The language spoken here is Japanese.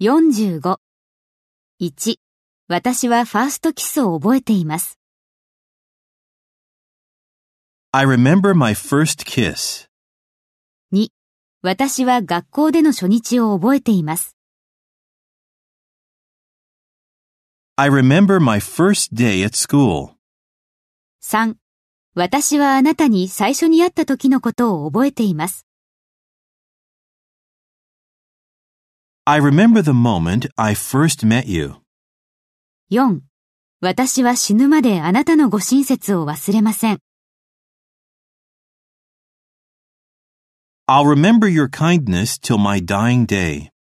45。1. 私はファーストキスを覚えています。 I remember my first kiss. 私は学校での初日を覚えています。 I remember my first day at school. 3. 私はあなたに最初に会った時のことを覚えています。 I remember the moment I first met you. 4. 私は死ぬまであなたのご親切を忘れません。 I'll remember your kindness till my dying day.